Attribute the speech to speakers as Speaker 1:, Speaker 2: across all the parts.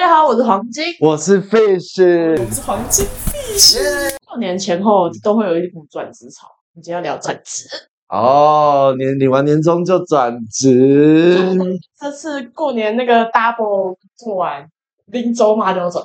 Speaker 1: 喽，我是黄金。
Speaker 2: 我是 Fish，
Speaker 1: 我是黄金 fish。过年前后都会有一股转职潮，我们今天要聊转职。
Speaker 2: 哦，年领完年终就转职，
Speaker 1: 这次过年那个 double 做完，拎走马就走。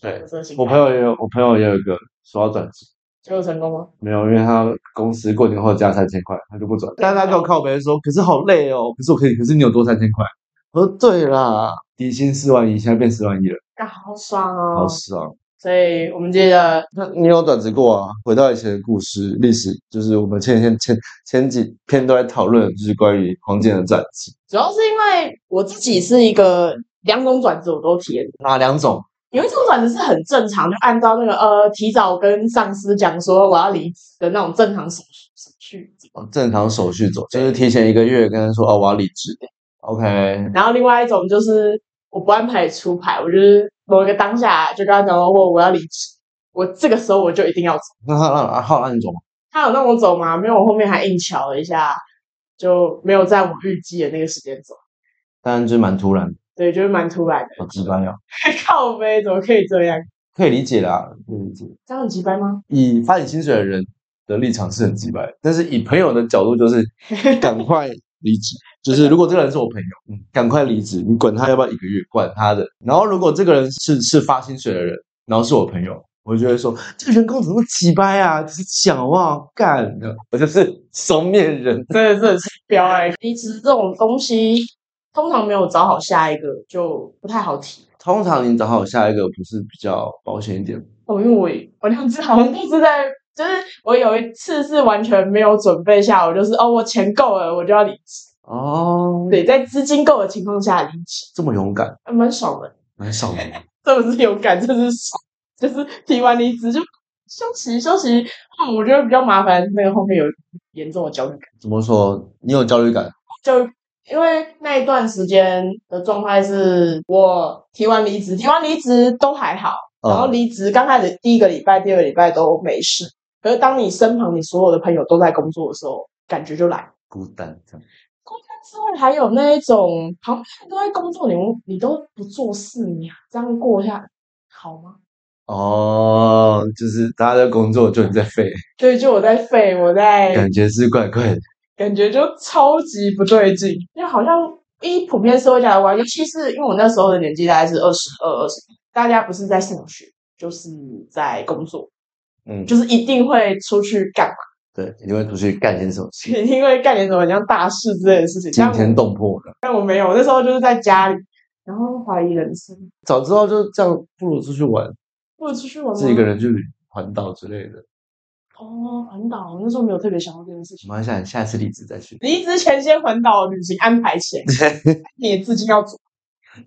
Speaker 2: 对
Speaker 1: 有这个心态，
Speaker 2: 我朋友也有，我朋友也有一个说要转职，
Speaker 1: 结果成功吗？
Speaker 2: 没有，因为他公司过年后加三千块，他就不转。但他跟我靠别人说，可是好累哦，可是我可以，可是你有多三千块。我说对啦，底薪四万一，现在变四万一了，
Speaker 1: 啊，好爽哦
Speaker 2: 好！爽。
Speaker 1: 所以我们接着
Speaker 2: 那你有转职过啊？回到以前的故事历史，就是我们前前前前几篇都在讨论，就是关于黄金的转职，
Speaker 1: 主要是因为我自己是一个两种转职我都体验，
Speaker 2: 哪两种？
Speaker 1: 有一种转职是很正常，就按照那个呃提早跟上司讲说我要离职的那种正常手续手续。
Speaker 2: 哦正常手续走，就是提前一个月跟他说哦，我要离职。OK，
Speaker 1: 然后另外一种就是我不按牌理出牌，我就是某一个当下就跟他讲说哦我我要离职，我这个时候我就一定要走。
Speaker 2: 那他让浩让你走吗？
Speaker 1: 他有让我走吗？没有，我后面还硬瞧了一下，就没有在我预计的那个时间走。
Speaker 2: 当然就是蛮突然的，哦
Speaker 1: 对，就是蛮突然的。
Speaker 2: 好鸡巴呀，
Speaker 1: 靠背怎么可以这样？
Speaker 2: 啊可以理解啦，可以理解。
Speaker 1: 这样很鸡掰吗？
Speaker 2: 以发起薪水的人的立场是很鸡巴的，但是以朋友的角度就是赶快离职。就是如果这个人是我朋友，嗯，赶快离职，你管他要不要一个月，管他的。然后如果这个人是是发薪水的人，然后是我朋友，我就会说这个员工怎么那么鸡掰啊？只是讲好不好干的，我就是双面人。
Speaker 1: 真的是很彪哎、离职这种东西，通常没有找好下一个就不太好提。
Speaker 2: 通常你找好下一个不是比较保险一点？
Speaker 1: 哦，因为我也我两只好像都是在，就是我有一次是完全没有准备下，我就是哦，我钱够了，我就要离职。
Speaker 2: 哦，
Speaker 1: 对，在资金够的情况下离职，
Speaker 2: 这么勇敢，
Speaker 1: 还蛮爽的。
Speaker 2: 蛮少的。
Speaker 1: 这不是勇敢，这是爽就是提完离职就休息休息。哦，我觉得比较麻烦，那个后面有严重的焦虑感，
Speaker 2: 怎么说？你有焦虑感？
Speaker 1: 就因为那一段时间的状态是我提完离职，提完离职都还好，然后
Speaker 2: 嗯
Speaker 1: 离职刚开始第一个礼拜、第二个礼拜都没事，可是当你身旁你所有的朋友都在工作的时候，感觉就来了。
Speaker 2: 孤单这样。
Speaker 1: 工作之外，还有那一种旁边人都在工作，你你都不做事，你这样过一下好吗？
Speaker 2: 哦，就是大家在工作，就你在废，
Speaker 1: 对，就我在废，我在
Speaker 2: 感觉是怪怪的。
Speaker 1: 感觉就超级不对劲，因为好像一普遍社会价值观，尤其是因为我那时候的年纪大概是二十二、二十，大家不是在上学，就是在工作，
Speaker 2: 嗯，
Speaker 1: 就是一定会出去干嘛，
Speaker 2: 对，你会出去干些什么 事？
Speaker 1: 一定会干点什么很像大事之类的事情。
Speaker 2: 惊
Speaker 1: 但
Speaker 2: 天
Speaker 1: 我
Speaker 2: 动魄的。
Speaker 1: 但我没有，我那时候就是在家里，然后怀疑人生，
Speaker 2: 早知道就这样，不如出去玩，
Speaker 1: 或者出去玩吗
Speaker 2: 自己一个人去环岛之类的。
Speaker 1: 哦，环岛，我那时候没有特别想到这件事情。
Speaker 2: 我想啊下次离职再去。
Speaker 1: 离职前先环岛旅行安排 前，你的资金要足。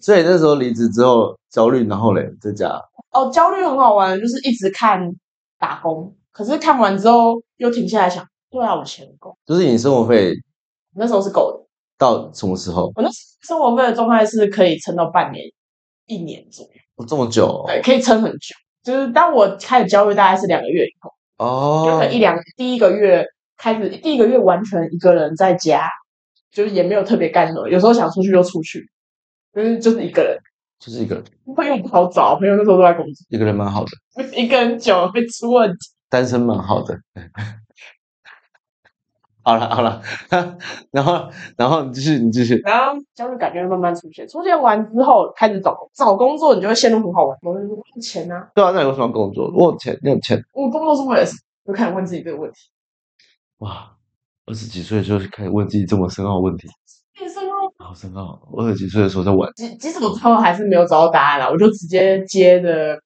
Speaker 2: 所以那时候离职之后焦虑，然后嘞，在家
Speaker 1: 哦，焦虑很好玩，就是一直看打工，可是看完之后又停下来想，对啊，我钱够，
Speaker 2: 就是你生活费
Speaker 1: 那时候是够的。
Speaker 2: 到什么时候？
Speaker 1: 我那时候生活费的状态是可以撑到半年、一年左右，
Speaker 2: 哦这么久哦、
Speaker 1: 对，可以撑很久。就是当我开始焦虑，大概是两个月以后，就
Speaker 2: 哦
Speaker 1: 可能一两第一个月开始，第一个月完全一个人在家，就是也没有特别干什么，有时候想出去就出去，就是就是一个人。
Speaker 2: 就是一个人，
Speaker 1: 朋友不好找，朋友那时候都在工作，
Speaker 2: 一个人蛮好的，
Speaker 1: 一个人久了会出问题。
Speaker 2: 单身蛮好的。 好了好了， 然后然后你继续你继续，
Speaker 1: 然后焦虑感就会慢慢出现，出现完之后开始找工找工作，你就会陷入很好玩。我就说问钱啊，
Speaker 2: 对啊，那你为什么要工作？我有钱，你有钱，
Speaker 1: 我工作是为了什么？就开始问自己这个问题。
Speaker 2: 哇！二十几岁的时候就开始问自己这么深奥的问题，
Speaker 1: 健身哦，
Speaker 2: 好深奥。我二十几岁的时候在玩，
Speaker 1: 即即使我最后还是没有找到答案了，我就直接接着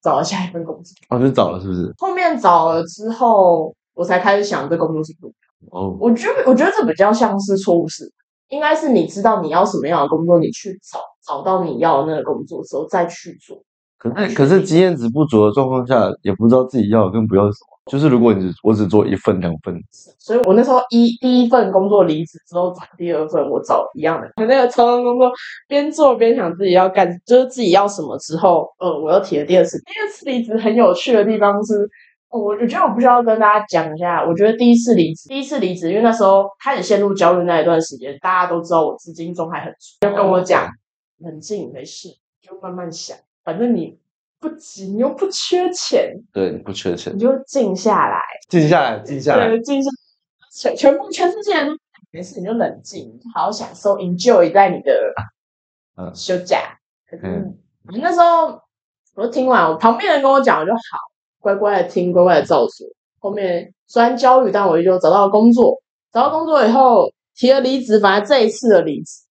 Speaker 1: 找了下一份工作。
Speaker 2: 哦，就找了是不是？
Speaker 1: 后面找了之后，我才开始想这工作是不是
Speaker 2: 哦，
Speaker 1: 我觉得，我觉得这比较像是错误事，应该是你知道你要什么样的工作，你去找找到你要的那个工作之后再去做。
Speaker 2: 可是可是经验值不足的状况下，也不知道自己要跟不要什么。就是如果你只我只做一份两份，
Speaker 1: 所以我那时候一第一份工作离职之后找第二份，我找一样的，那个超商工作边做边想自己要干，就是自己要什么之后，呃，我又提了第二次。第二次离职很有趣的地方是，哦我我觉得我不需要跟大家讲一下，我觉得第一次离职，第一次离职，因为那时候开始陷入焦虑那一段时间，大家都知道我资金中还很足，就跟我讲冷静没事，就慢慢想，反正你不急，你又不缺钱，
Speaker 2: 对，你不缺钱
Speaker 1: 你，就静下来，
Speaker 2: 静下来，静下来，
Speaker 1: 对，静下来，全全部全世界人都没事，你就冷静，好好享受，enjoy 在你的
Speaker 2: 嗯
Speaker 1: 休假。
Speaker 2: 嗯
Speaker 1: 嗯，那时候我就听完，我旁边人跟我讲，我就好乖乖的听，乖乖的照做。后面虽然焦虑，但我就找到了工作。找到工作以后提了离职，反正这一次的离职，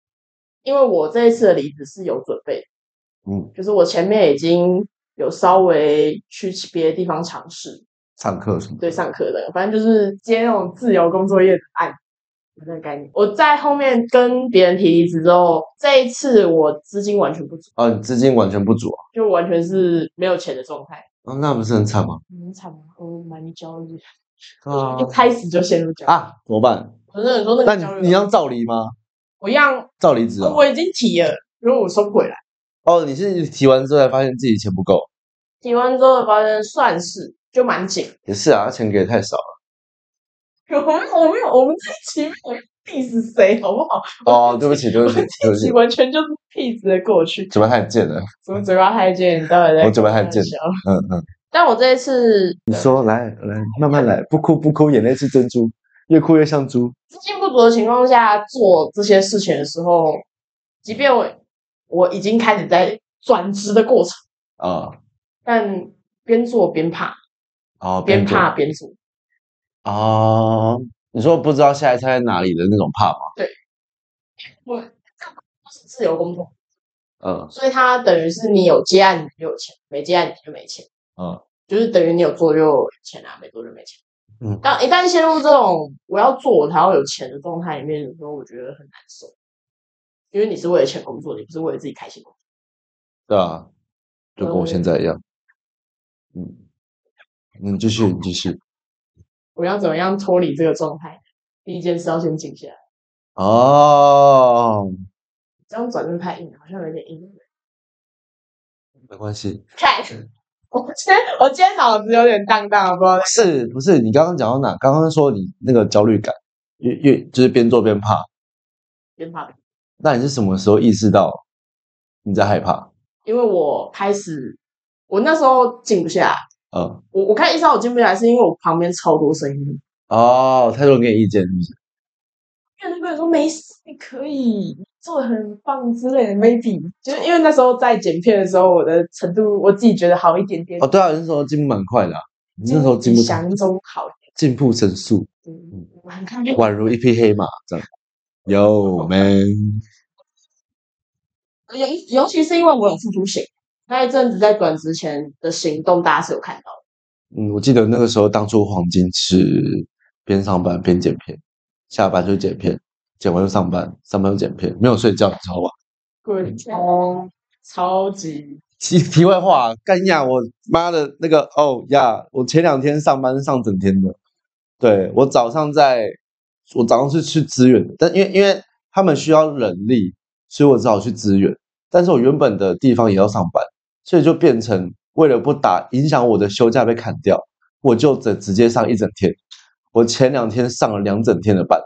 Speaker 1: 因为我这一次的离职是有准备的，
Speaker 2: 嗯，
Speaker 1: 就是我前面已经有稍微去别的地方尝试，
Speaker 2: 上课什么的，
Speaker 1: 对上课的，反正就是接那种自由工作业的案子那个概念。我在后面跟别人提离职之后，这一次我资金完全不足，
Speaker 2: 哦，你资金完全不足啊，
Speaker 1: 就完全是没有钱的状态。
Speaker 2: 哦那不是很惨吗？
Speaker 1: 很惨吗？我蛮焦虑，
Speaker 2: 啊
Speaker 1: 一开始就陷入焦虑。
Speaker 2: 啊，怎么办？
Speaker 1: 我真的说那
Speaker 2: 那
Speaker 1: 个焦
Speaker 2: 你你
Speaker 1: 虑，
Speaker 2: 要照离吗？
Speaker 1: 我一样，
Speaker 2: 照离职哦，
Speaker 1: 我已经提了，因为我收不回来。
Speaker 2: 哦，你是提完之后才发现自己钱不够，
Speaker 1: 提完之后发现算是就蛮紧，
Speaker 2: 也是啊，钱给的太少了。
Speaker 1: 我们我没有 我们这一期没有 diss 谁好不好？
Speaker 2: 哦，对不起，对不起，对
Speaker 1: 这
Speaker 2: 不
Speaker 1: 一
Speaker 2: 起
Speaker 1: 期，完全就是 diss 的过去，
Speaker 2: 嘴巴太贱了。
Speaker 1: 什么嘴巴太贱，到底在
Speaker 2: 我哦嘴巴太
Speaker 1: 开
Speaker 2: 贱
Speaker 1: 玩笑
Speaker 2: 嗯嗯，
Speaker 1: 但我这一次
Speaker 2: 你说来来，慢慢来，不哭不哭，眼泪是珍珠，越哭越像猪。
Speaker 1: 资金不足的情况下做这些事情的时候，即便我我已经开始在转职的过程，
Speaker 2: 啊，
Speaker 1: 但边做边怕，
Speaker 2: 哦，
Speaker 1: 边
Speaker 2: 边
Speaker 1: 怕边做。
Speaker 2: 啊，你说不知道下一餐在哪里的那种怕吗？
Speaker 1: 我他是自由工作，
Speaker 2: 嗯
Speaker 1: 所以它等于是你有接案你就有钱，没接案你就没钱，
Speaker 2: 嗯，
Speaker 1: 就是等于你有做就有钱啊，没做就没钱。
Speaker 2: 嗯
Speaker 1: 当一旦陷入这种我要做我才要有钱的状态里面的时候，我觉得很难受，因为你是为了钱工作，你不是为了自己开心工作。
Speaker 2: 对啊，就跟我
Speaker 1: 嗯
Speaker 2: 现在一样。嗯，你继续，你继续。
Speaker 1: 我要怎么样脱离这个状态？第一件事要先静下来，
Speaker 2: 哦，
Speaker 1: 这样转正太硬了，好像有点硬。
Speaker 2: 没关系。
Speaker 1: 看，
Speaker 2: 嗯
Speaker 1: 我今天我今天脑子有点荡荡，不知道在
Speaker 2: 是不是？你刚刚讲到哪？刚刚说你那个焦虑感，越越就是边做边怕。
Speaker 1: 边怕边。
Speaker 2: 那你是什么时候意识到你在害怕？
Speaker 1: 因为我开始，我那时候静不下来，
Speaker 2: 嗯，
Speaker 1: 我我看医生我静不下来，是因为我旁边超多声音。
Speaker 2: 哦，太多人给你意见是不是？
Speaker 1: 因为那个人说没事，你可以做的很棒之类的，maybe 就是因为那时候在剪片的时候，我的程度我自己觉得好一点点，
Speaker 2: 哦，对啊，你那时候进步蛮快的啊、你那时候进
Speaker 1: 比
Speaker 2: 步
Speaker 1: 想象中好一
Speaker 2: 进步神速，
Speaker 1: 点。嗯
Speaker 2: 嗯，
Speaker 1: 我很开心。
Speaker 2: 宛如一匹黑马这样。有 man，
Speaker 1: 尤尤其是因为我有付出行，那一阵子在转职前的行动，大家是有看到的。
Speaker 2: 嗯，我记得那个时候当初黄金是边上班边剪片，下班就剪片，剪完就上班，上班就剪片，没有睡觉，你知道吧？
Speaker 1: 滚哦，超级
Speaker 2: 题题外话，啊干呀！我妈的那个哦呀，我前两天上班上整天的，对我早上在，我早上是去支援的，但因为因为他们需要人力，所以我只好去支援。但是我原本的地方也要上班，所以就变成为了不打影响我的休假被砍掉，我就只直接上一整天。我前两天上了两整天的班，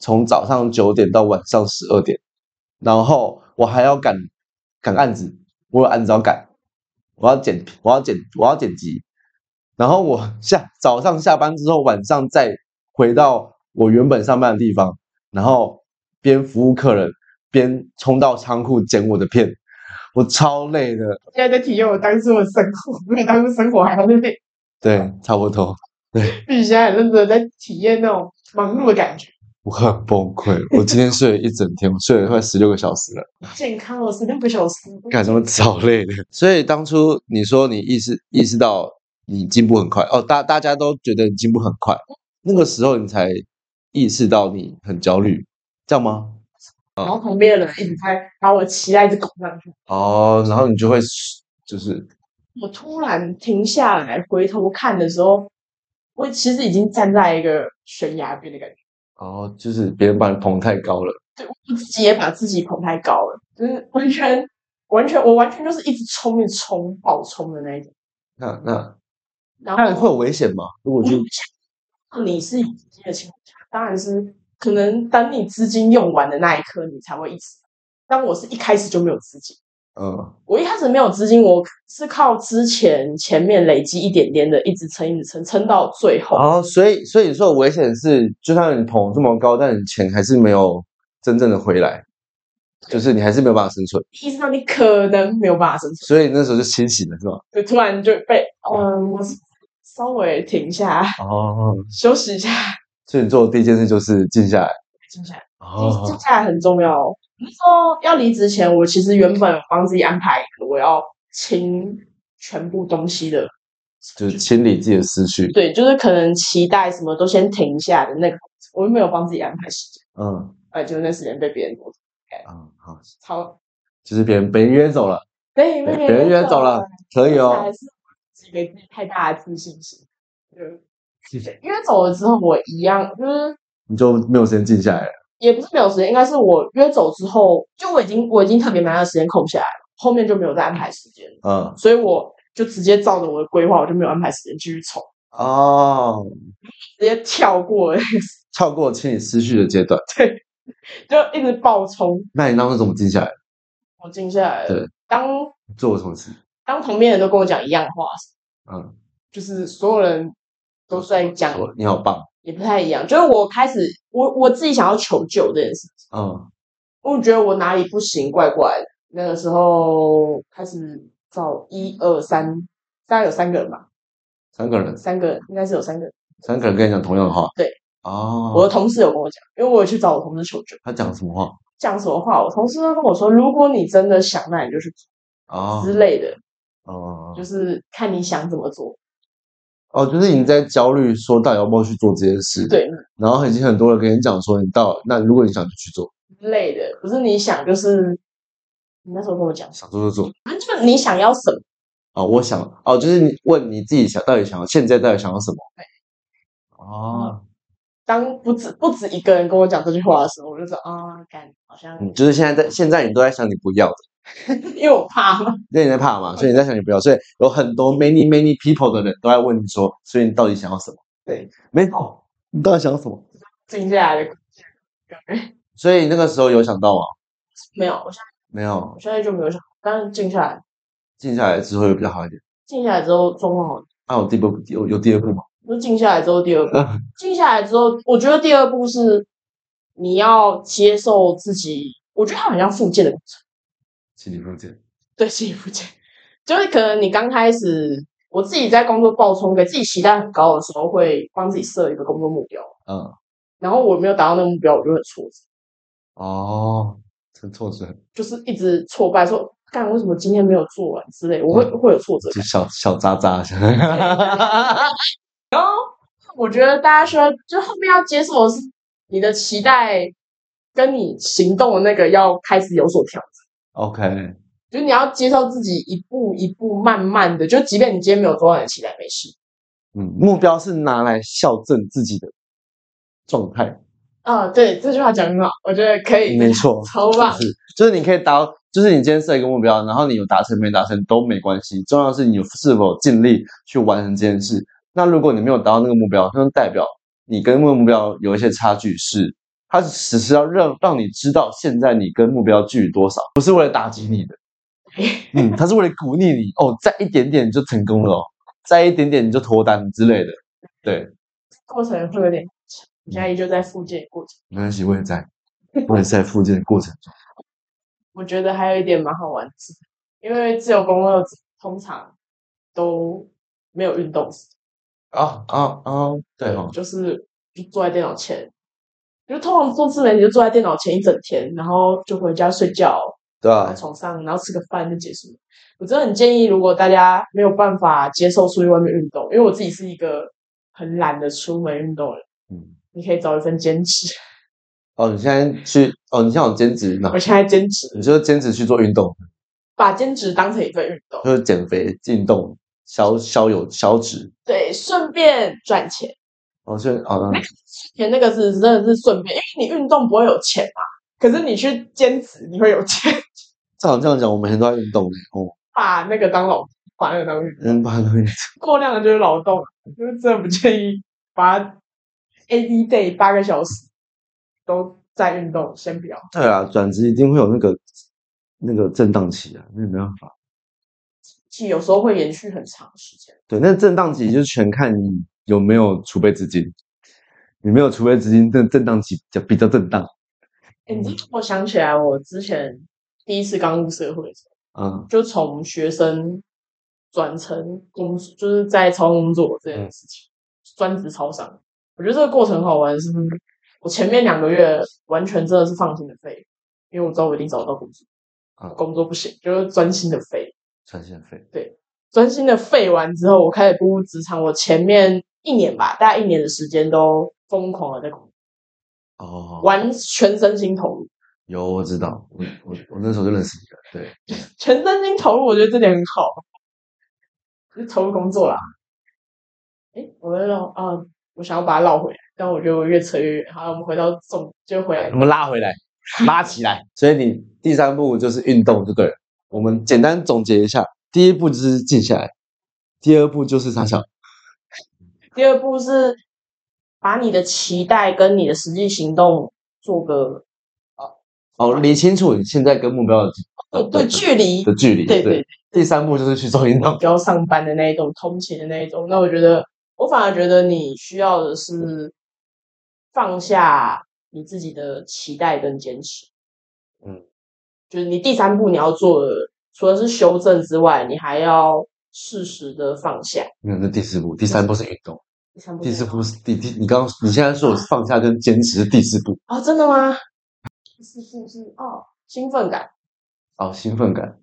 Speaker 2: 从早上九点到晚上十二点，然后我还要赶赶案子，我有案子要赶，我要剪，我要剪，我要剪辑，然后我 下早上下班之后，晚上再回到我原本上班的地方，然后边服务客人，边冲到仓库剪我的片，我超累的，
Speaker 1: 现在在体验我当初的生活， 没有当初生活还要 累，
Speaker 2: 对，差不多，
Speaker 1: 必须现在很认真地在体验那种忙碌的感觉。
Speaker 2: 我很崩溃，我今天睡了一整天，我睡了快十六个小时了。
Speaker 1: 健康了十六个小时，
Speaker 2: 干什么早累的？所以当初你说你意识意识到你进步很快哦，大大家都觉得你进步很快，那个时候你才意识到你很焦虑，这样吗？
Speaker 1: 然后旁边的人一直拍，把我期待直拱上去。
Speaker 2: 哦，然后你就会就是
Speaker 1: 我突然停下来回头看的时候，我其实已经站在一个悬崖边的感觉。
Speaker 2: 哦，就是别人把你捧太高了，
Speaker 1: 对我自己也把自己捧太高了，就是完全完全我完全就是一直冲一直冲爆冲的那一种。
Speaker 2: 那那
Speaker 1: 然后
Speaker 2: 那会有危险吗？如果就
Speaker 1: 你是有资金的情况下，当然是可能等你资金用完的那一刻，你才会意识到。但我是一开始就没有资金，
Speaker 2: 嗯，
Speaker 1: 我一开始没有资金，我是靠之前前面累积一点点的，一直撑，一直撑，撑到最后。
Speaker 2: 哦，所以所以你说的危险是，就算你捧这么高，但你钱还是没有真正的回来，就是你还是没有办法生存，
Speaker 1: 意识到你可能没有办法生存，
Speaker 2: 所以那时候就清醒了，是吧？
Speaker 1: 就突然就被，嗯，我是稍微停下来
Speaker 2: 哦，
Speaker 1: 休息一下，
Speaker 2: 所以你做的第一件事就是静下来。
Speaker 1: 静下来。静静下来很重要哦。那时候要离职前，我其实原本有帮自己安排一个我要清全部东西的，
Speaker 2: 就是清理自己的思绪。
Speaker 1: 对，就是可能期待什么都先停下的那个过程，我又没有帮自己安排时间，
Speaker 2: 嗯
Speaker 1: 哎，就那时间被别人夺走
Speaker 2: 嗯，好，
Speaker 1: 超
Speaker 2: 就是别人被人约走了，
Speaker 1: 对，
Speaker 2: 别
Speaker 1: 被
Speaker 2: 别人约走了，可以
Speaker 1: 还
Speaker 2: 哦。
Speaker 1: 是自己给自己太大的自信心，对，因为走了之后，我一样就是
Speaker 2: 你就没有时间静下来了。
Speaker 1: 也不是没有时间，应该是我约走之后，就我已经我已经特别把那个时间空下来了，后面就没有再安排时间了。
Speaker 2: 嗯，
Speaker 1: 所以我就直接照着我的规划，我就没有安排时间继续冲，
Speaker 2: 哦，
Speaker 1: 直接跳过了，
Speaker 2: 跳过清理思绪的阶段，
Speaker 1: 就一直爆冲，
Speaker 2: 那你当时怎么静下来？
Speaker 1: 我静下来了
Speaker 2: 对。
Speaker 1: 当
Speaker 2: 你做了什么事？
Speaker 1: 当旁边人都跟我讲一样的话，
Speaker 2: 嗯，
Speaker 1: 就是所有人都是在讲，
Speaker 2: 说你好棒。
Speaker 1: 也不太一样。就是我开始，我我自己想要求救这件事情，
Speaker 2: 嗯，
Speaker 1: 我觉得我哪里不行，怪怪的。那个时候开始找一二三，大概有三个人吧，
Speaker 2: 三个人，
Speaker 1: 三个人应该是有三个人。
Speaker 2: 三个人跟你讲同样的话。
Speaker 1: 对。我
Speaker 2: 哦，
Speaker 1: 的同事有跟我讲，因为我有去找我同事求救。
Speaker 2: 他讲什么话？
Speaker 1: 讲什么话，我同事都跟我说，如果你真的想，那你就去做
Speaker 2: 哦
Speaker 1: 之类的，
Speaker 2: 哦
Speaker 1: 就是看你想怎么做。
Speaker 2: 哦，就是你在焦虑，说到底要不要去做这件事。。
Speaker 1: 对，
Speaker 2: 然后已经很多人跟你讲说，你到那如果你想就去做，
Speaker 1: 之类的，不是你想，就是你那时候跟我讲什
Speaker 2: 想做就做。
Speaker 1: 么，反正就是你想要什么。
Speaker 2: 哦，我想哦，就是你问你自己想到底想要现在到底想要什么？哦，
Speaker 1: 当不止不止一个人跟我讲这句话的时候，我就说啊，感好像，
Speaker 2: 你嗯就是现在在现在你都在想你不要的，
Speaker 1: 因为我怕嘛，
Speaker 2: 因为你在怕嘛，所以你在想你不要，所以有很多 many many people 的人都在问你说，所以你到底想要什么？
Speaker 1: 对，
Speaker 2: 没有，你到底想要什么？
Speaker 1: 静下来的感觉
Speaker 2: 所以那个时候有想到吗？
Speaker 1: 没有，我现在
Speaker 2: 没有
Speaker 1: 我，现在就没有想，但是静下来，
Speaker 2: 静下来之后会比较好一点。
Speaker 1: 静下来之后状况好，
Speaker 2: 那、有第一步有有第二步吗？
Speaker 1: 就静下来之后第二步。静下来之后，我觉得第二步是你要接受自己。我觉得它很像复健的过程，
Speaker 2: 心理复健。
Speaker 1: 对心理复健，就是可能你刚开始，我自己在工作爆冲，给自己期待很高的时候，会帮自己设一个工作目标，
Speaker 2: 嗯，
Speaker 1: 然后我没有达到那个目标，我就很挫折，
Speaker 2: 哦，这挫折，
Speaker 1: 就是一直挫败，说干为什么今天没有做完之类，我会会有挫折
Speaker 2: 就小小渣渣。
Speaker 1: 感。然后我觉得大家说，就后面要接受的是你的期待跟你行动的那个要开始有所调
Speaker 2: OK，
Speaker 1: 就是你要接受自己一步一步慢慢的，就即便你今天没有做到你的期待，没事。
Speaker 2: 嗯，目标是拿来校正自己的状态，
Speaker 1: 啊，对，这句话讲得很好，我觉得可以，
Speaker 2: 没错，
Speaker 1: 超棒
Speaker 2: 就。是就是你可以达到，就是你今天设一个目标，然后你有达成没达成都没关系，重要的是你是否尽力去完成这件事。那如果你没有达到那个目标，那就代表你跟那个目标有一些差距是。它只是要让让你知道现在你跟目标距离多少，不是为了打击你的，嗯，它是为了鼓励你哦，再一点点你就成功了哦，再一点点你就脱单之类的，对，
Speaker 1: 过程会有点长，我现在就在复健过程，
Speaker 2: 没关系，我也在，我也是在复健的过程中。
Speaker 1: 我觉得还有一点蛮好玩的是，因为自由工作者通常都没有运动时间
Speaker 2: 啊啊啊！对哦，
Speaker 1: 就是就坐在电脑前，就通常做自媒体就坐在电脑前一整天，然后就回家睡觉，
Speaker 2: 对
Speaker 1: 躺
Speaker 2: 啊
Speaker 1: 在，床上，然后吃个饭就结束了。我真的很建议，如果大家没有办法接受出去外面运动，因为我自己是一个很懒得出门运动的人，
Speaker 2: 嗯，
Speaker 1: 你可以找一份兼职。
Speaker 2: 哦，你现在去哦，你现在有兼职呢
Speaker 1: 我，现在兼职，
Speaker 2: 你就兼职去做运动，
Speaker 1: 把兼职当成一份运动，
Speaker 2: 就是减肥、运动、消消油、消脂。
Speaker 1: 对，顺便赚钱。
Speaker 2: 哦，就哦，嗯
Speaker 1: 钱那个是真的是顺便，因为你运动不会有钱嘛，可是你去兼职你会有钱，
Speaker 2: 正好这样讲，我们很多在运动呢。哦，
Speaker 1: 把那个当老，把那个当运动。
Speaker 2: 嗯，把那个
Speaker 1: 过量的就是劳动，啊就是真的不建议把 A D day 八个小时都在运动，先不要。
Speaker 2: 对啊，转职一定会有那个那个震荡期啊，那没办法。
Speaker 1: 其实有时候会延续很长时间。
Speaker 2: 对，那震荡期就是全看你有没有储备资金，你没有储备资金，这震荡期比较比较震荡
Speaker 1: 哎，你知道我想起来，我之前第一次刚入社会的时候，
Speaker 2: 啊。
Speaker 1: 就从学生转成工，就是在超工作这件事情，专职超商。我觉得这个过程很好玩，是我前面两个月完全真的是放心的飞，因为我知道我一定找得到工作，
Speaker 2: 啊
Speaker 1: 工作不行，就是专心的飞。
Speaker 2: 传线费，
Speaker 1: 专心的废完之后，我开始步入职场。我前面一年吧，大概一年的时间都疯狂的在工作，
Speaker 2: 哦，
Speaker 1: 完全身心投入，
Speaker 2: 有我知道，我我我那时候就认识你了，对，
Speaker 1: 全身心投入，我觉得这点很好，就投入工作啦。诶，我在绕啊、我想要把它绕回来，但我觉得我越扯越远。好，我们回到总，就回来
Speaker 2: 我们拉回来，拉起来。所以你第三步就是运动就对了。我们简单总结一下，第一步就是静下来，第二步就是傻笑，
Speaker 1: 第二步是把你的期待跟你的实际行动做个
Speaker 2: 哦，理清楚你现在跟目标的
Speaker 1: 对
Speaker 2: 哦对
Speaker 1: 对距离，
Speaker 2: 的距离。
Speaker 1: 对对
Speaker 2: 第三步就是去做运动。
Speaker 1: 不要上班的那一种通勤的那一种。那我觉得，我反而觉得你需要的是放下你自己的期待跟坚持。
Speaker 2: 嗯，
Speaker 1: 就是你第三步你要做的，除了是修正之外，你还要适时的放下。
Speaker 2: 没有，那第四步，第三步是运动，
Speaker 1: 第三步
Speaker 2: 第
Speaker 1: 是
Speaker 2: 四步是第第，你刚刚你现在说我是放下跟坚持是第四步，
Speaker 1: 哦，真的吗？是是是哦，兴奋感。
Speaker 2: 哦，兴奋感。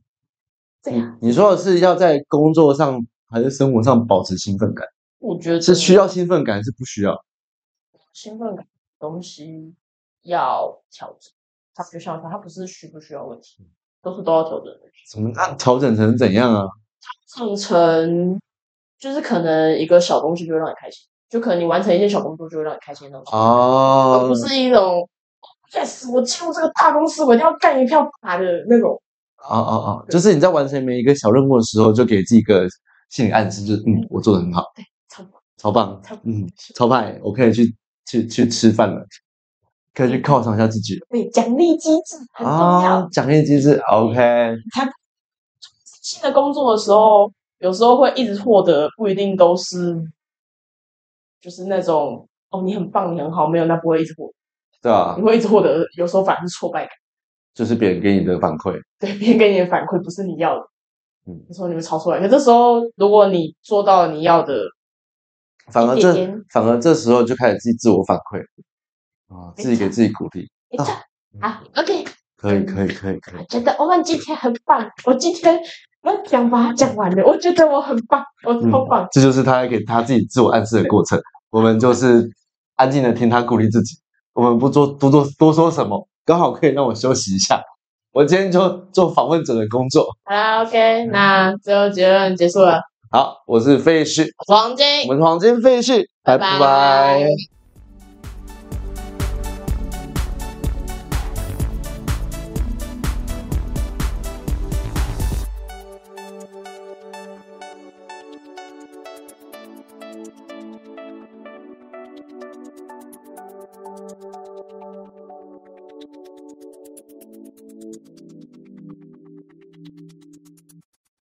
Speaker 1: 对
Speaker 2: 你
Speaker 1: 呀、
Speaker 2: 你说的是要在工作上还是生活上保持兴奋感？
Speaker 1: 我觉得
Speaker 2: 是需
Speaker 1: 要
Speaker 2: 要兴奋感还是不需要？
Speaker 1: 兴奋感的东西要调整，它不像它，它不是需不需要问
Speaker 2: 嗯
Speaker 1: 题，都是都要调整的。
Speaker 2: 怎么那调整成怎样啊？
Speaker 1: 上成就是可能一个小东西就会让你开心，就可能你完成一件小工作就会让你开心的东西，而
Speaker 2: 哦
Speaker 1: 不是一种哦 yes 我进入这个大公司我一定要干一票大的那种。
Speaker 2: 哦哦哦，就是你在完成每一个小任务的时候，就给自己一个心理暗示，就是嗯，我做的很好，
Speaker 1: 差不多
Speaker 2: 超棒，
Speaker 1: 差不多
Speaker 2: 嗯，超派，我可以去去去吃饭了，可以去犒赏一下自己
Speaker 1: 对，奖励机制嗯很重要。
Speaker 2: 啊。奖励机制，OK，
Speaker 1: 新的工作的时候，有时候会一直获得，不一定都是就是那种哦你很棒你很好，没有那不会一直获
Speaker 2: 对吧
Speaker 1: 得，你？会一直获得，有时候反而是挫败感。
Speaker 2: 就是别人给你的反馈，
Speaker 1: 对，别人给你的反馈不是你要的，
Speaker 2: 嗯
Speaker 1: 嗯，你说你们抄出来，可这时候如果你做到了你要的，
Speaker 2: 反而
Speaker 1: 一
Speaker 2: 这
Speaker 1: 点点
Speaker 2: 反而这时候就开始自己自我反馈啊，自己给自己鼓励，
Speaker 1: 诶
Speaker 2: 啊
Speaker 1: 这样啊，OK，
Speaker 2: 可以可以可以可以
Speaker 1: 我，觉得我们今天很棒，我今天我讲把它讲完了，我觉得我很棒，我超棒，
Speaker 2: 这就是他给他自己自我暗示的过程。我们就是安静的听他鼓励自己，我们不做多做多说什么，刚好可以让我休息一下。我今天就做访问者的工作。
Speaker 1: 好啦，OK，那最后结论结束了，
Speaker 2: 好，我是费旭，
Speaker 1: 我是王晶，
Speaker 2: 我们黄金费旭，拜
Speaker 1: 拜
Speaker 2: 拜